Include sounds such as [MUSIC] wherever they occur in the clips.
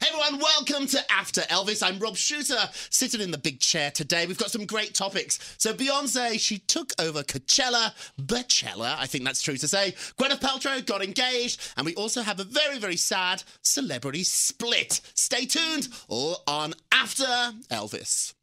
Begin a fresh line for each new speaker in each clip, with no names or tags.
Hello and welcome to After Elvis. I'm Rob Shooter, sitting in the big chair today. We've got some great topics. So Beyonce, she took over Coachella, Bachelor, I think that's true to say. Gwyneth Paltrow got engaged, and we also have a very, very sad celebrity split. Stay tuned, all on After Elvis.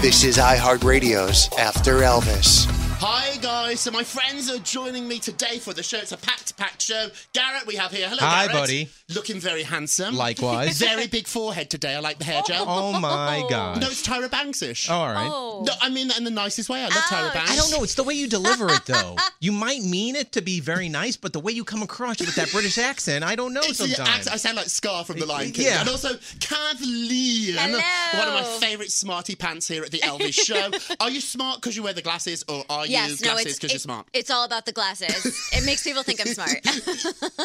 This is iHeartRadio's After Elvis.
Hi guys, so my friends are joining me today for the show. It's a packed, packed show. Garrett, we have here. Hello,
Hi,
Garrett.
buddy.
Looking very handsome.
Likewise.
very big forehead today. I like the hair gel.
Oh my god.
No, it's Tyra Banks-ish.
All right.
Oh.
No, I mean that in the nicest way. I love Tyra
Ouch.
Banks.
I don't know. It's the way you deliver it,
[LAUGHS]
though. You might mean it to be very nice, but the way you come across with that British accent, I don't know
It's the
sometimes.
act- I sound like Scar from The Lion King.
Yeah.
And also Kathleen,
Hello.
one of my favourite smarty pants here at the
[LAUGHS]
Elvis show. Are you smart because you wear the glasses or are you
Yes, no,
glasses
it's
because
it-
you're smart?
It's all about the glasses. it makes people think I'm smart.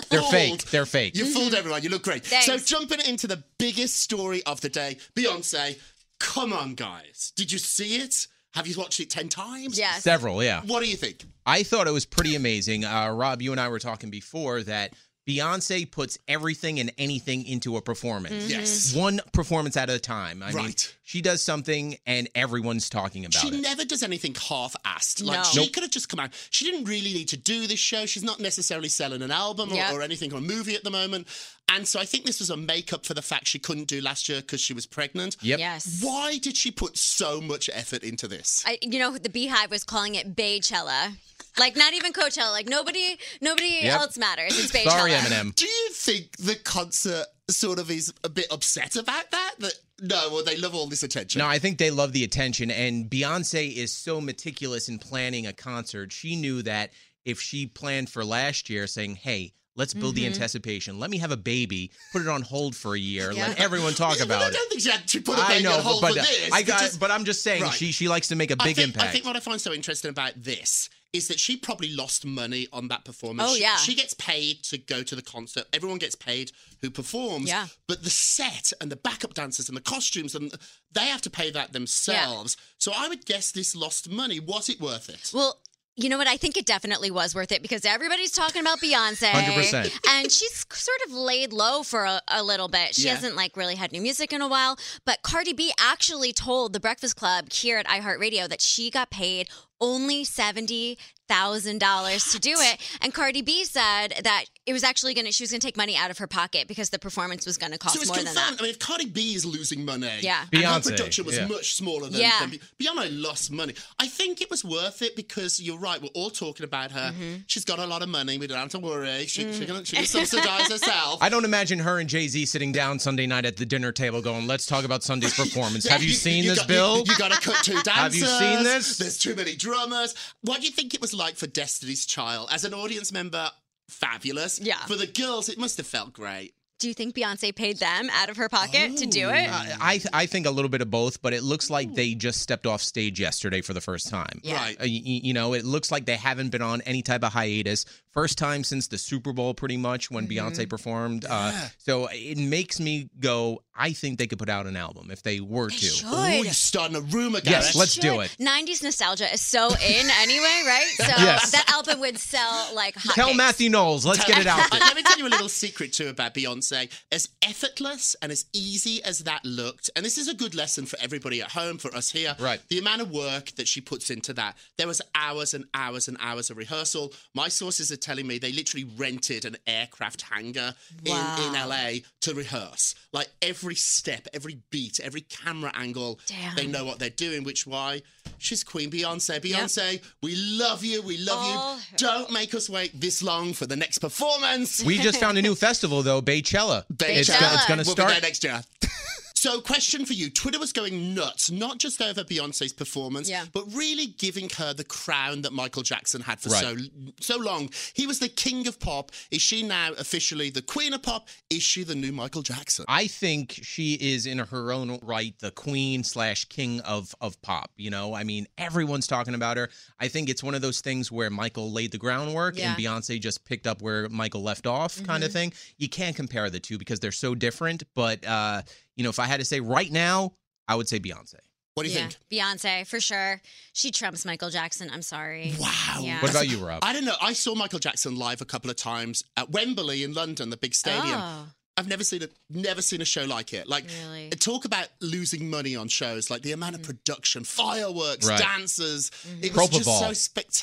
They're
fooled.
fake. They're fake.
You fooled everyone. You look great.
mm-hmm. Thanks.
So jumping into the biggest story of the day, Beyonce. Come on, guys. Did you see it? Have you watched it ten times?
yes.
Several, yeah.
What do you think?
I thought it was pretty amazing. Uh, Rob, you and I were talking before that Beyonce puts everything and anything into a performance.
Mm-hmm. Yes.
One performance at a time. I mean,
Right.
she does something and everyone's talking about
She
it.
never does anything half-assed. Like
No.
she
Nope.
could have just come out. She didn't really need to do this show. She's not necessarily selling an album or,
Yep.
or anything or a movie at the moment. And so I think this was a makeup for the fact she couldn't do last year because she was pregnant.
Yep.
Yes.
Why did she put so much effort into this?
I, you know, the Beehive was calling it Baychella. Like not even Coachella. Like nobody, nobody
Yep.
else matters. It's Baychella.
Sorry, Eminem.
Do you think the concert sort of is a bit upset about that? That no, well, they love all this attention.
No, I think they love the attention. And Beyonce is so meticulous in planning a concert. She knew that if she planned for last year, saying, hey, let's build
Mm-hmm.
the anticipation, let me have a baby, put it on hold for a year, let
Yeah.
[LAUGHS]
everyone talk
Well, I
about it.
don't think she had to put a
I
baby
know,
on hold
but,
for
but
this.
I got,
It just-
but I'm just saying
Right.
she she likes to make a
I
big
think, I
impact.
think what I find so interesting about this is that she probably lost money on that performance.
Oh,
She-
yeah.
She, gets paid to go to the concert. Everyone gets paid who performs.
Yeah.
But the set and the backup dancers and the costumes and they have to pay that themselves. So I would guess this lost money. Was it worth it?
Well, you know what? I think it definitely was worth it because everybody's talking about Beyonce.
100%.
And she's sort of laid low for a, a little bit. She
Yeah.
hasn't like really had new music in a while. But Cardi B actually told The Breakfast Club here at iHeartRadio that she got paid only seventy thousand dollars to do it. And Cardi B said that it was actually gonna she was gonna take money out of her pocket because the performance was gonna cost
So it's
more
confirmed.
than that.
I mean, if Cardi B is losing money,
Yeah.
and her
Beyonce,
production was
yeah.
much smaller than,
Yeah.
than Be- Beyonce lost money. I think it was worth it because you're right. We're all talking about her.
Mm-hmm.
She's got a lot of money. We don't have to worry. She,
Mm.
she can, she can subsidize herself.
[LAUGHS] I don't imagine her and Jay Z sitting down Sunday night at the dinner table going, "Let's talk
[LAUGHS]
about Sunday's performance." Have you seen this,
got,
Bill?
You, you got to cut two dancers.
[LAUGHS] Have you seen this?
There's too many drummers. What do you think it was like for Destiny's Child as an audience member? Fabulous.
Yeah.
For the girls, it must have felt great.
Do you think Beyonce paid them out of her pocket to
Oh,
do it?
I I think a little bit of both, but it looks like they just stepped off stage yesterday for the first time.
Yeah.
Right.
Uh, y- y- you know, it looks like they haven't been on any type of hiatus. First time since the Super Bowl, pretty much, when
Mm-hmm.
Beyonce performed. Uh, so it makes me go, I think they could put out an album if they were to.
Oh,
Should.
you're starting a rumor, Gareth.
Yes, let's do it.
90s nostalgia is so
[LAUGHS]
in anyway, right? So
Yes.
that album would sell like hot
Tell Matthew Knowles, let's get it out
But
there.
let me tell you a little secret too about Beyonce. As effortless and as easy as that looked, and this is a good lesson for everybody at home, for us here.
Right.
The amount of work that she puts into that. There was hours and hours and hours of rehearsal. My sources are telling me they literally rented an aircraft hangar in, in LA to rehearse. Like every step, every beat, every camera angle,
Damn.
they know what they're doing, which why she's Queen Beyonce. Beyonce, we love you, we love
All
you.
her.
Don't make us wait this long for the next performance.
We just found a new festival though, Baychella. It's,
Beychella.
go- it's going to
we'll
start.
be there next year. [LAUGHS] so, question for you: Twitter was going nuts, not just over Beyonce's performance,
Yeah.
but really giving her the crown that Michael Jackson had for
Right.
so so long. He was the king of pop. Is she now officially the queen of pop? Is she the new Michael Jackson?
I think she is in her own right the queen slash king of of pop. You know, I mean, everyone's talking about her. I think it's one of those things where Michael laid the groundwork and
Yeah.
Beyonce just picked up where Michael left off, kind of thing. You can't compare the two because they're so different. But uh, you know, if I had to say right now, I would say Beyonce.
What do you
Yeah,
think?
Beyonce for sure. She trumps Michael Jackson. I'm sorry.
Wow.
Yeah.
What about you, Rob? Ah.
I don't know. I saw Michael Jackson live a couple of times at Wembley in London, the big stadium.
Oh.
I've never seen a never seen a show like it. Like
Really? Mm.
talk about losing money on shows, like the amount of production, fireworks,
Right.
dancers.
Mm-hmm.
It was
Proper
just so
ball.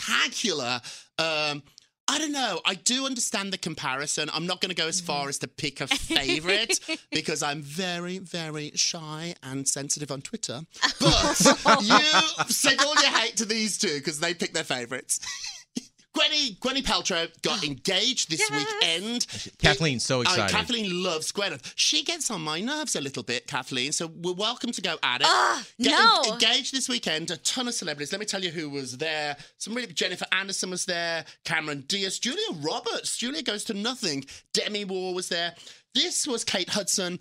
spectacular. Um I don't know. I do understand the comparison. I'm not going to go as
Mm-hmm.
far as to pick a
[LAUGHS]
favorite because I'm very, very shy and sensitive on
[LAUGHS]
Twitter. But
Oh.
you send all your hate to these two because they pick their favorites. [LAUGHS] Gwenny, Gwenny Paltrow
[GASPS]
got engaged this
Yes.
weekend.
Kathleen's so
Oh,
excited.
Kathleen loves Gwyneth. She gets on my nerves a little bit, Kathleen. So we're welcome to go at it. Get
Ah, no.
en- engaged this weekend. A ton of celebrities. Let me tell you who was there. Some really Jennifer Anderson was there. Cameron Diaz, Julia Roberts. Julia goes to nothing. Demi Moore was there. This was Kate Hudson.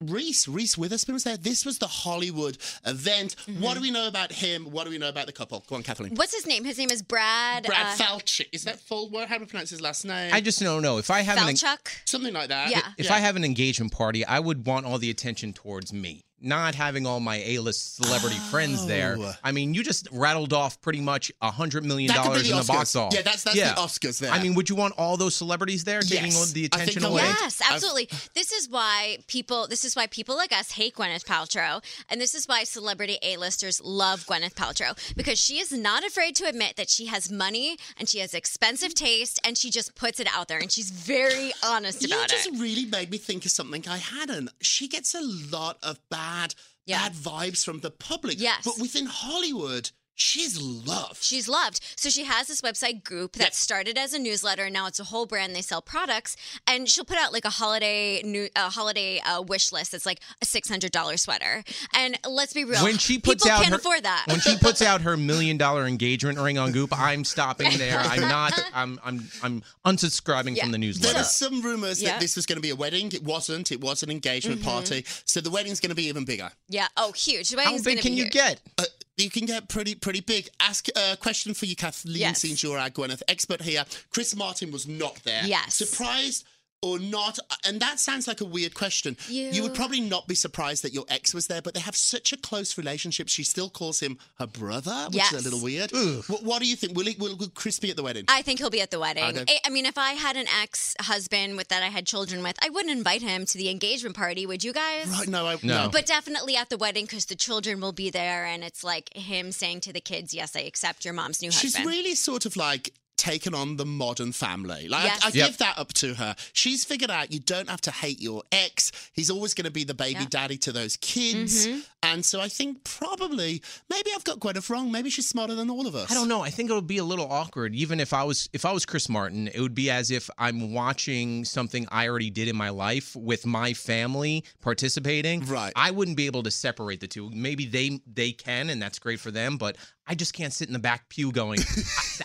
Reese, Reese Witherspoon was there. This was the Hollywood event.
Mm-hmm.
What do we know about him? What do we know about the couple? Go on, Kathleen.
What's his name? His name is Brad.
Brad
uh,
Falchuk. Is that full word? How do we pronounce his last name?
I just don't know if I have an
Falchuk.
Something like that.
Yeah.
if I have an engagement party, I would want all the attention towards me, not having all my A-list celebrity friends there. I mean, you just rattled off pretty much a hundred million
That could be
dollars
the
in the box
Oscars.
office.
Yeah, that's- that's the Oscars there.
I mean, would you want all those celebrities there taking
Yes.
all the
I think
attention
I
away?
would.
Yes, absolutely. This is why people. This is why people like us hate Gwyneth Paltrow, and this is why celebrity A-listers love Gwyneth Paltrow because she is not afraid to admit that she has money and she has expensive taste, and she just puts it out there, and she's very honest
you
about
just
it.
really made me think of something I hadn't. She gets a lot of bad,
Yeah.
bad vibes from the public.
Yes.
But within Hollywood, she's loved.
She's loved. So she has this website group that started as a newsletter. and Now it's a whole brand. They sell products, and she'll put out like a holiday new a holiday uh, wish list. It's like a six hundred dollar sweater. And let's be real,
When she puts
people
out
can't
her,
afford that.
when she puts out her million dollar engagement ring on Goop, I'm stopping there. I'm not. I'm I'm I'm unsubscribing
Yeah.
from the
there
newsletter.
were some rumors
Yeah. Mm-hmm.
that this was going to be a wedding. It wasn't. It was an engagement party. So the wedding's going to be even bigger.
Yeah. Oh, huge. The
How
wedding's
big
gonna
can
be
you
huge.
get?
Uh, you can get pretty, pretty big. Ask a question for you, Kathleen,
Yes.
since you're our Gwyneth expert here. Chris Martin was not there.
Yes.
Surprised or not? And that sounds like a weird question. you would
You-
probably not be surprised that your ex was there, but they have such a close relationship. She still calls him her brother, which is
Yes.
a little weird. What, what do you think? Will, he, will, will Chris be at the wedding?
I think he'll be at the wedding.
Okay.
I, I mean, if I had an ex husband with that I had children with, I wouldn't invite him to the engagement party, would you guys?
right, no, I,
No.
But definitely at the wedding because the children will be there, and it's like him saying to the kids, "Yes, I accept your mom's new
She's
husband."
really sort of like taken on the modern family. Like
Yes.
I, I
Yep.
give that up to her. She's figured out you don't have to hate your ex. He's always going to be the baby
Yeah. Mm-hmm.
daddy to those kids. And so I think probably maybe I've got Gwyneth wrong. Maybe she's smarter than all of us.
I don't know. I think it would be a little awkward. Even if I was if I was Chris Martin, it would be as if I'm watching something I already did in my life with my family participating.
Right.
I wouldn't be able to separate the two. Maybe they they can, and that's great for them. But I just can't sit in the back pew going,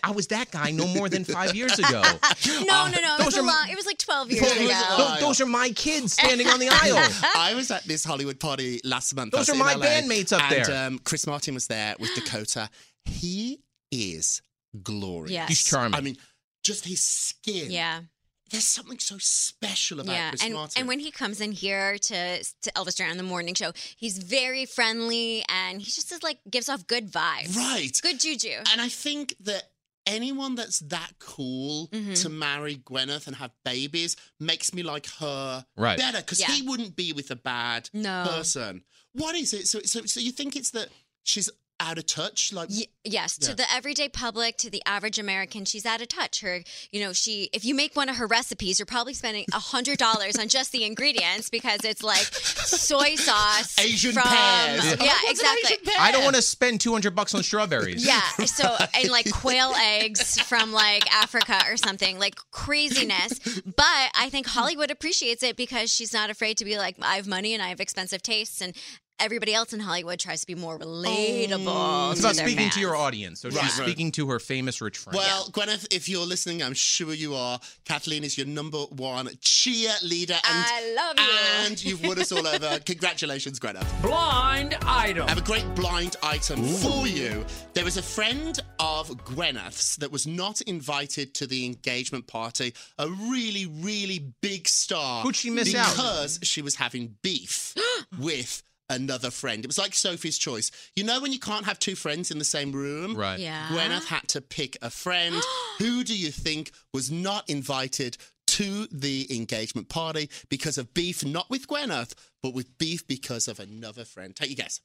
I, I was that guy no more than five years ago.
[LAUGHS]
Uh,
Um,
no, no, no. It was
those
a
are-
long. It was like twelve years
Well, it was a
ago.
long-
Those, those are my kids
[LAUGHS]
standing on the aisle.
Uh.
I was at this Hollywood party last month. I was
Those
in
are my
LA,
bandmates up
and,
there.
Um, Chris Martin was there
[GASPS]
with Dakota. He is glorious.
Yes.
He's charming.
I mean, just his skin.
Yeah,
There's something so special about
yeah.
Chris
And
Martin.
and when he comes in here to to Elvis Duran on the morning show, he's very friendly, and he just is like gives off good vibes.
right.
Good juju.
And I think that anyone that's that cool
Mm-hmm.
to marry Gwyneth and have babies makes me like her
Right.
better because
Yeah.
he wouldn't be with a bad
No.
person. What is it? So, so, so you think it's that she's out of touch? Like,
Y- yes,
Yeah.
to the everyday public, to the average American, she's out of touch. Her, you know, she if you make one of her recipes, you're probably spending a hundred dollars on just the ingredients because it's like soy sauce,
Asian
from,
pears.
yeah,
I'm like, [LAUGHS] "What's an Asian
exactly.
pear?"
I don't want to spend two hundred bucks on strawberries.
[LAUGHS]
Yeah, so and like quail eggs from like Africa or something, like craziness. But I think Hollywood appreciates it because she's not afraid to be like, I have money and I have expensive tastes, and everybody else in Hollywood tries to be more relatable.
Oh.
It's
to
about
their
speaking to your
fans.
audience. So
Right.
she's speaking to her famous rich friends.
Well, Gwyneth, if you're listening, I'm sure you are. Kathleen is your number one cheerleader, and
I love you.
and you've won us all
[LAUGHS]
over. Congratulations, Gwyneth.
Blind item.
I have a great blind item for you. There was a friend of Gwyneth's that was not invited to the engagement party, a really, really big star.
Who'd she miss out?
because she was having
[GASPS]
beef with another friend. It was like Sophie's Choice. You know when you can't have two friends in the same room?
right.
Yeah.
[GASPS]
Gwyneth had to pick a friend. Who do you think was not invited to the engagement party because of beef, not with Gwyneth, but with beef because of another friend. Take your guess.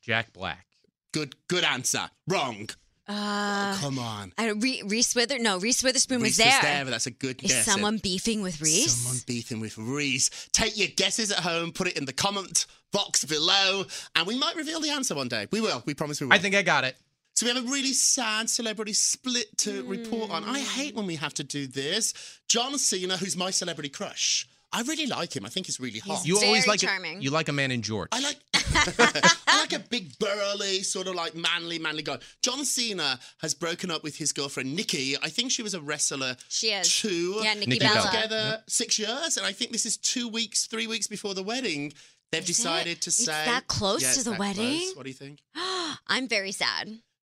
Jack Black.
Good, good answer. Wrong.
Uh,
Come on.
I don't- Re- Reese Wither. No, Reese Witherspoon
Reese
was there.
was there, but that's a good
Is
guess.
someone beefing with Reese?
Someone beefing with Reese. Take your guesses at home, put it in the comment box below, and we might reveal the answer one day. We will. We promise we will.
I think I got it.
so we have a really sad celebrity split to
Hmm.
report on. I hate when we have to do this. John Cena, who's my celebrity crush. I really like him. I think he's really hot.
You always
Very
like
charming.
A, you like a man in George.
I like [LAUGHS] I like a big burly, sort of like manly, manly guy. John Cena has broken up with his girlfriend Nikki. I think she was a wrestler
She is.
too.
Yeah, Nikki,
Nikki
Bella.
Bella.
together six years, and I think this is two weeks, three weeks before the wedding. They've
Is
decided
it?
to
It's
say
that close
Yeah,
to
it's
the
that
wedding?
close. What do you think?
[GASPS] I'm very sad.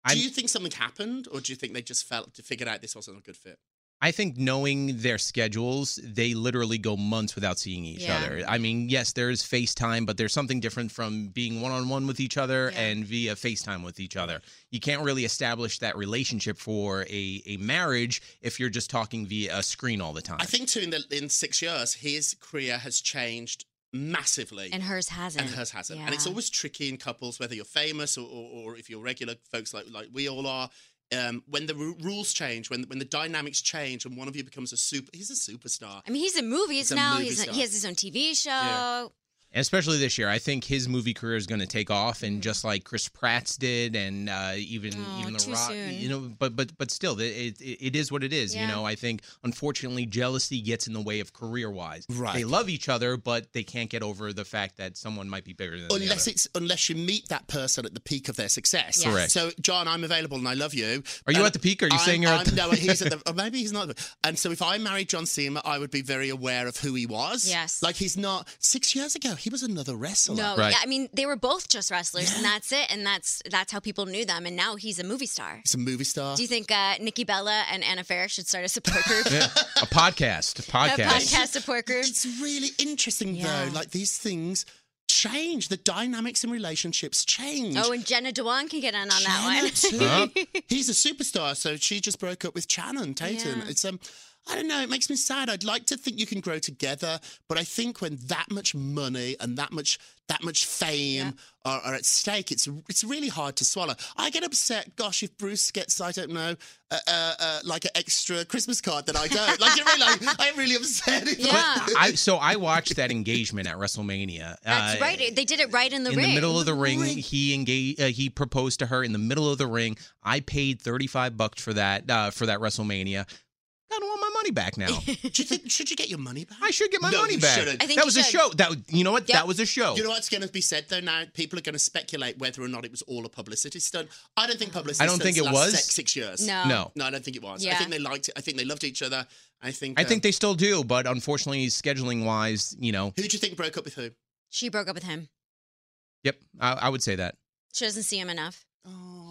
I'm-
do you think something happened, or do you think they just felt to figured out this wasn't a good fit?
I think knowing their schedules, they literally go months without seeing each
Yeah.
other. I mean, yes, there is FaceTime, but there's something different from being one on one with each other
Yeah.
and via FaceTime with each other. You can't really establish that relationship for a, a marriage if you're just talking via a screen all the time.
I think too in the in six years, his career has changed massively.
And hers hasn't.
and
Mm.
hers hasn't. And it's
Yeah.
always tricky in couples, whether you're famous or, or, or if you're regular folks like like we all are. Um, when the ru- rules change, when when the dynamics change, and one of you becomes a super, he's a superstar.
I mean, he's in movies
He's a
now.
movie
he's
star.
he has his own TV show.
Yeah.
And especially this year, I think his movie career is going to take off, and just like Chris Pratt's did, and uh, even
Oh,
even The
too
Rock,
soon.
you know. But but but still, it it, it is what it is.
Yeah.
You know, I think unfortunately jealousy gets in the way of career wise.
Right.
They love each other, but they can't get over the fact that someone might be bigger than the
Unless
other.
it's unless you meet that person at the peak of their success.
Yes.
Correct.
So, John, I'm available and I love you.
Are you
Um,
at the peak? Are you
I'm-
saying you're
I'm,
at the [LAUGHS]
no? He's at the, or maybe he's not. And so, if I married John Cena, I would be very aware of who he was.
Yes.
Like he's not six years ago. He was another wrestler.
No,
Right.
yeah, I mean, they were both just wrestlers, and that's it. And that's that's how people knew them. And now he's a movie star.
He's a movie star.
Do you think uh, Nikki Bella and Anna Faris should start a
[LAUGHS]
support group?
a podcast? A
[LAUGHS] A
podcast.
podcast support
[LAUGHS]
group.
It's really interesting
Yeah.
though. Like these things change. The dynamics in relationships change.
Oh, and Jenna Dewan can get in on that one.
Jenna too. He's a superstar, so she just broke up with Channon Tatum.
Yeah.
It's um I don't know, it makes me sad. I'd like to think you can grow together, but I think when that much money and that much that much fame are, are at stake, it's it's really hard to swallow. I get upset, gosh, if Bruce gets, I don't know, uh, uh, uh, like an extra Christmas card that I don't. Like, you really, like, I'm really upset. if I-
Yeah.
I, so I watched that engagement at WrestleMania.
[LAUGHS] That's
Uh,
right. They did it right in the
in
ring.
the middle of the ring,
ring.
he engaged. Uh, he proposed to her in the middle of the ring. I paid thirty five bucks for that uh, for that Wrestlemania. I don't want my money back
[LAUGHS]
now.
Do you think should you get your money back?
I should get my
No,
money
you
back.
shouldn't. I
think
that
you
was a
should.
show. That you know what?
Yep.
That was a show.
You know what's going to be said though now? People are going to speculate whether or not it was all a publicity stunt. I don't think publicity.
I don't think
stunts
it
last
was.
Six, six years.
No.
no.
No, I don't think it was. I
Yeah.
think they liked it. I think they loved each other. I think.
I
um,
think they still do, but unfortunately, scheduling wise, you know.
Who do you think broke up with who?
She broke up with him.
Yep, I, I would say that
She doesn't see him enough.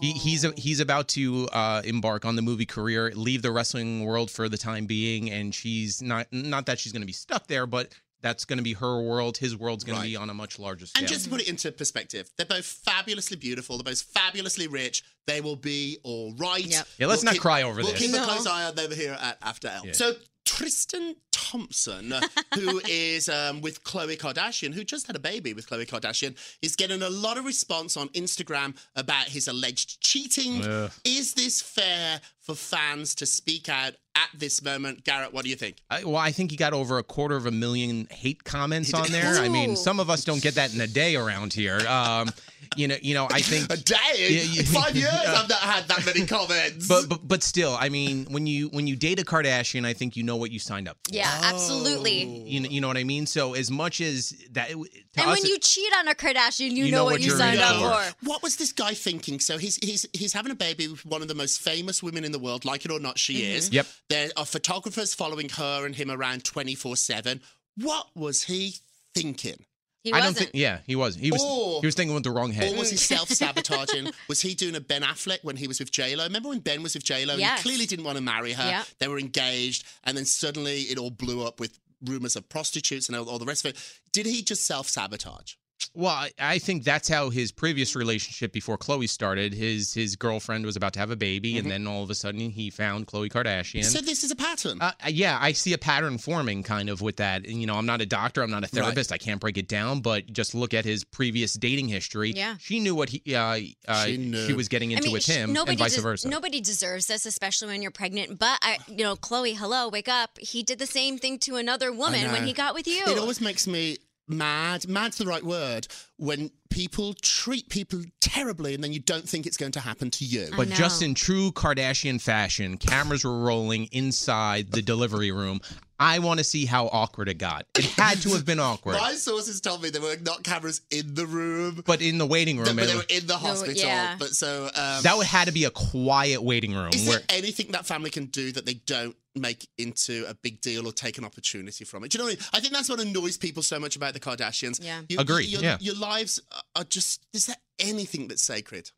he, he's he's about to uh, embark on the movie career, leave the wrestling world for the time being, and she's not not that she's going to be stuck there, but that's going to be her world. His world's going
Right.
to be on a much larger scale.
And just to put it into perspective, they're both fabulously beautiful. They're both fabulously rich. They will be all right.
Yep.
Yeah, let's
We'll
not
keep-
cry over
we'll
this.
keep a
No.
close eye on them here at After L.
Yeah.
So Tristan
[LAUGHS]
Thompson, uh, who is um, with Khloe Kardashian, who just had a baby with Khloe Kardashian, is getting a lot of response on Instagram about his alleged cheating.
Ugh.
Is this fair for fans to speak out at this moment? Garrett, what do you think?
I, well, I think he got over a quarter of a million hate comments on there. I
Ooh.
mean, some of us don't get that in a day around here. Um, you know, you know, I think.
A day?
Yeah, yeah.
Five years
[LAUGHS] Yeah.
I've not had that many comments.
But, but but still, I mean, when you when you date a Kardashian, I think you know what you signed up for.
Yeah, absolutely.
You know, you know what I mean. So as much as that, Oh. to
And
us,
when you cheat on a Kardashian, you, know, what you
you're
signed
in
up
for.
for.
What was this guy thinking? So he's he's he's having a baby with one of the most famous women in the world, like it or not, she
Mm-hmm.
is.
Yep.
There are photographers following her and him around twenty four seven. What was he thinking?
He
I
wasn't.
don't think. Yeah, he was. He was.
Or-
he was thinking with the wrong head.
Or Oh. was he
Mm.
self
[LAUGHS]
sabotaging? was he doing a Ben Affleck when he was with J Lo? Remember when Ben was with J Lo?
Yes.
He clearly didn't want to marry her.
Yep.
They were engaged, and then suddenly it all blew up with rumors of prostitutes and all, all the rest of it. Did he just self sabotage?
Well, I- I think that's how his previous relationship before Chloe started. His his girlfriend was about to have a baby,
Mm-hmm.
and then all of a sudden he found Chloe Kardashian.
So this is a pattern.
uh, yeah, I see a pattern forming kind of with that. And, you know, I'm not a doctor, I'm not a
Right.
therapist, I can't break it down, but just look at his previous dating history.
Yeah.
She knew what he uh, uh,
She
she,
knew.
was getting into with
sh-
him and vice
des-
versa.
Nobody deserves this, especially when you're pregnant. But I, you know, Chloe, hello, wake up. He did the same thing to another woman when
know.
he got with you.
It always makes me mad. Mad's the right word when people treat people terribly and then you don't think it's going to happen to you.
I
But
know.
just in true Kardashian fashion, cameras were rolling inside the delivery room. I want to see how awkward it got. It had to have
[LAUGHS]
been awkward.
My sources tell me there were not cameras in the room,
But in the waiting room,
but
it
they were
was-
in the hospital.
yeah.
But so um,
that would had to be a quiet waiting room.
is
where,
there anything that family can do that they don't make into a big deal or take an opportunity from it? Do you know what I mean? I think that's what annoys people so much about the Kardashians.
Yeah.
You-
Agreed,
Your,
yeah.
your lives are just. Is there anything that's sacred?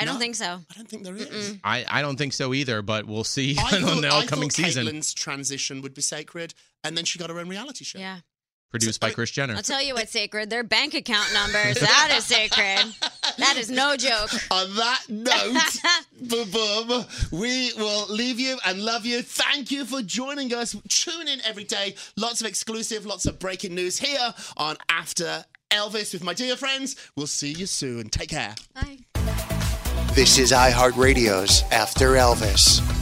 I don't
No.
think so.
I don't think there is.
Mm-mm.
I, I don't think so either, but we'll see. [LAUGHS] I, don't
thought-
know.
I
coming
thought
season,
Caitlyn's transition would be sacred, and then she got her own reality show.
[LAUGHS]
Yeah.
produced by Chris Jenner.
I'll tell you what's sacred. Their bank account
[LAUGHS]
numbers. That is sacred. That is no joke.
On that note, boom, boom, we will leave you and love you. Thank you for joining us. Tune in every day. Lots of exclusive, lots of breaking news here on After Elvis with my dear friends. We'll see you soon. Take care.
Bye.
This is iHeartRadio's After Elvis.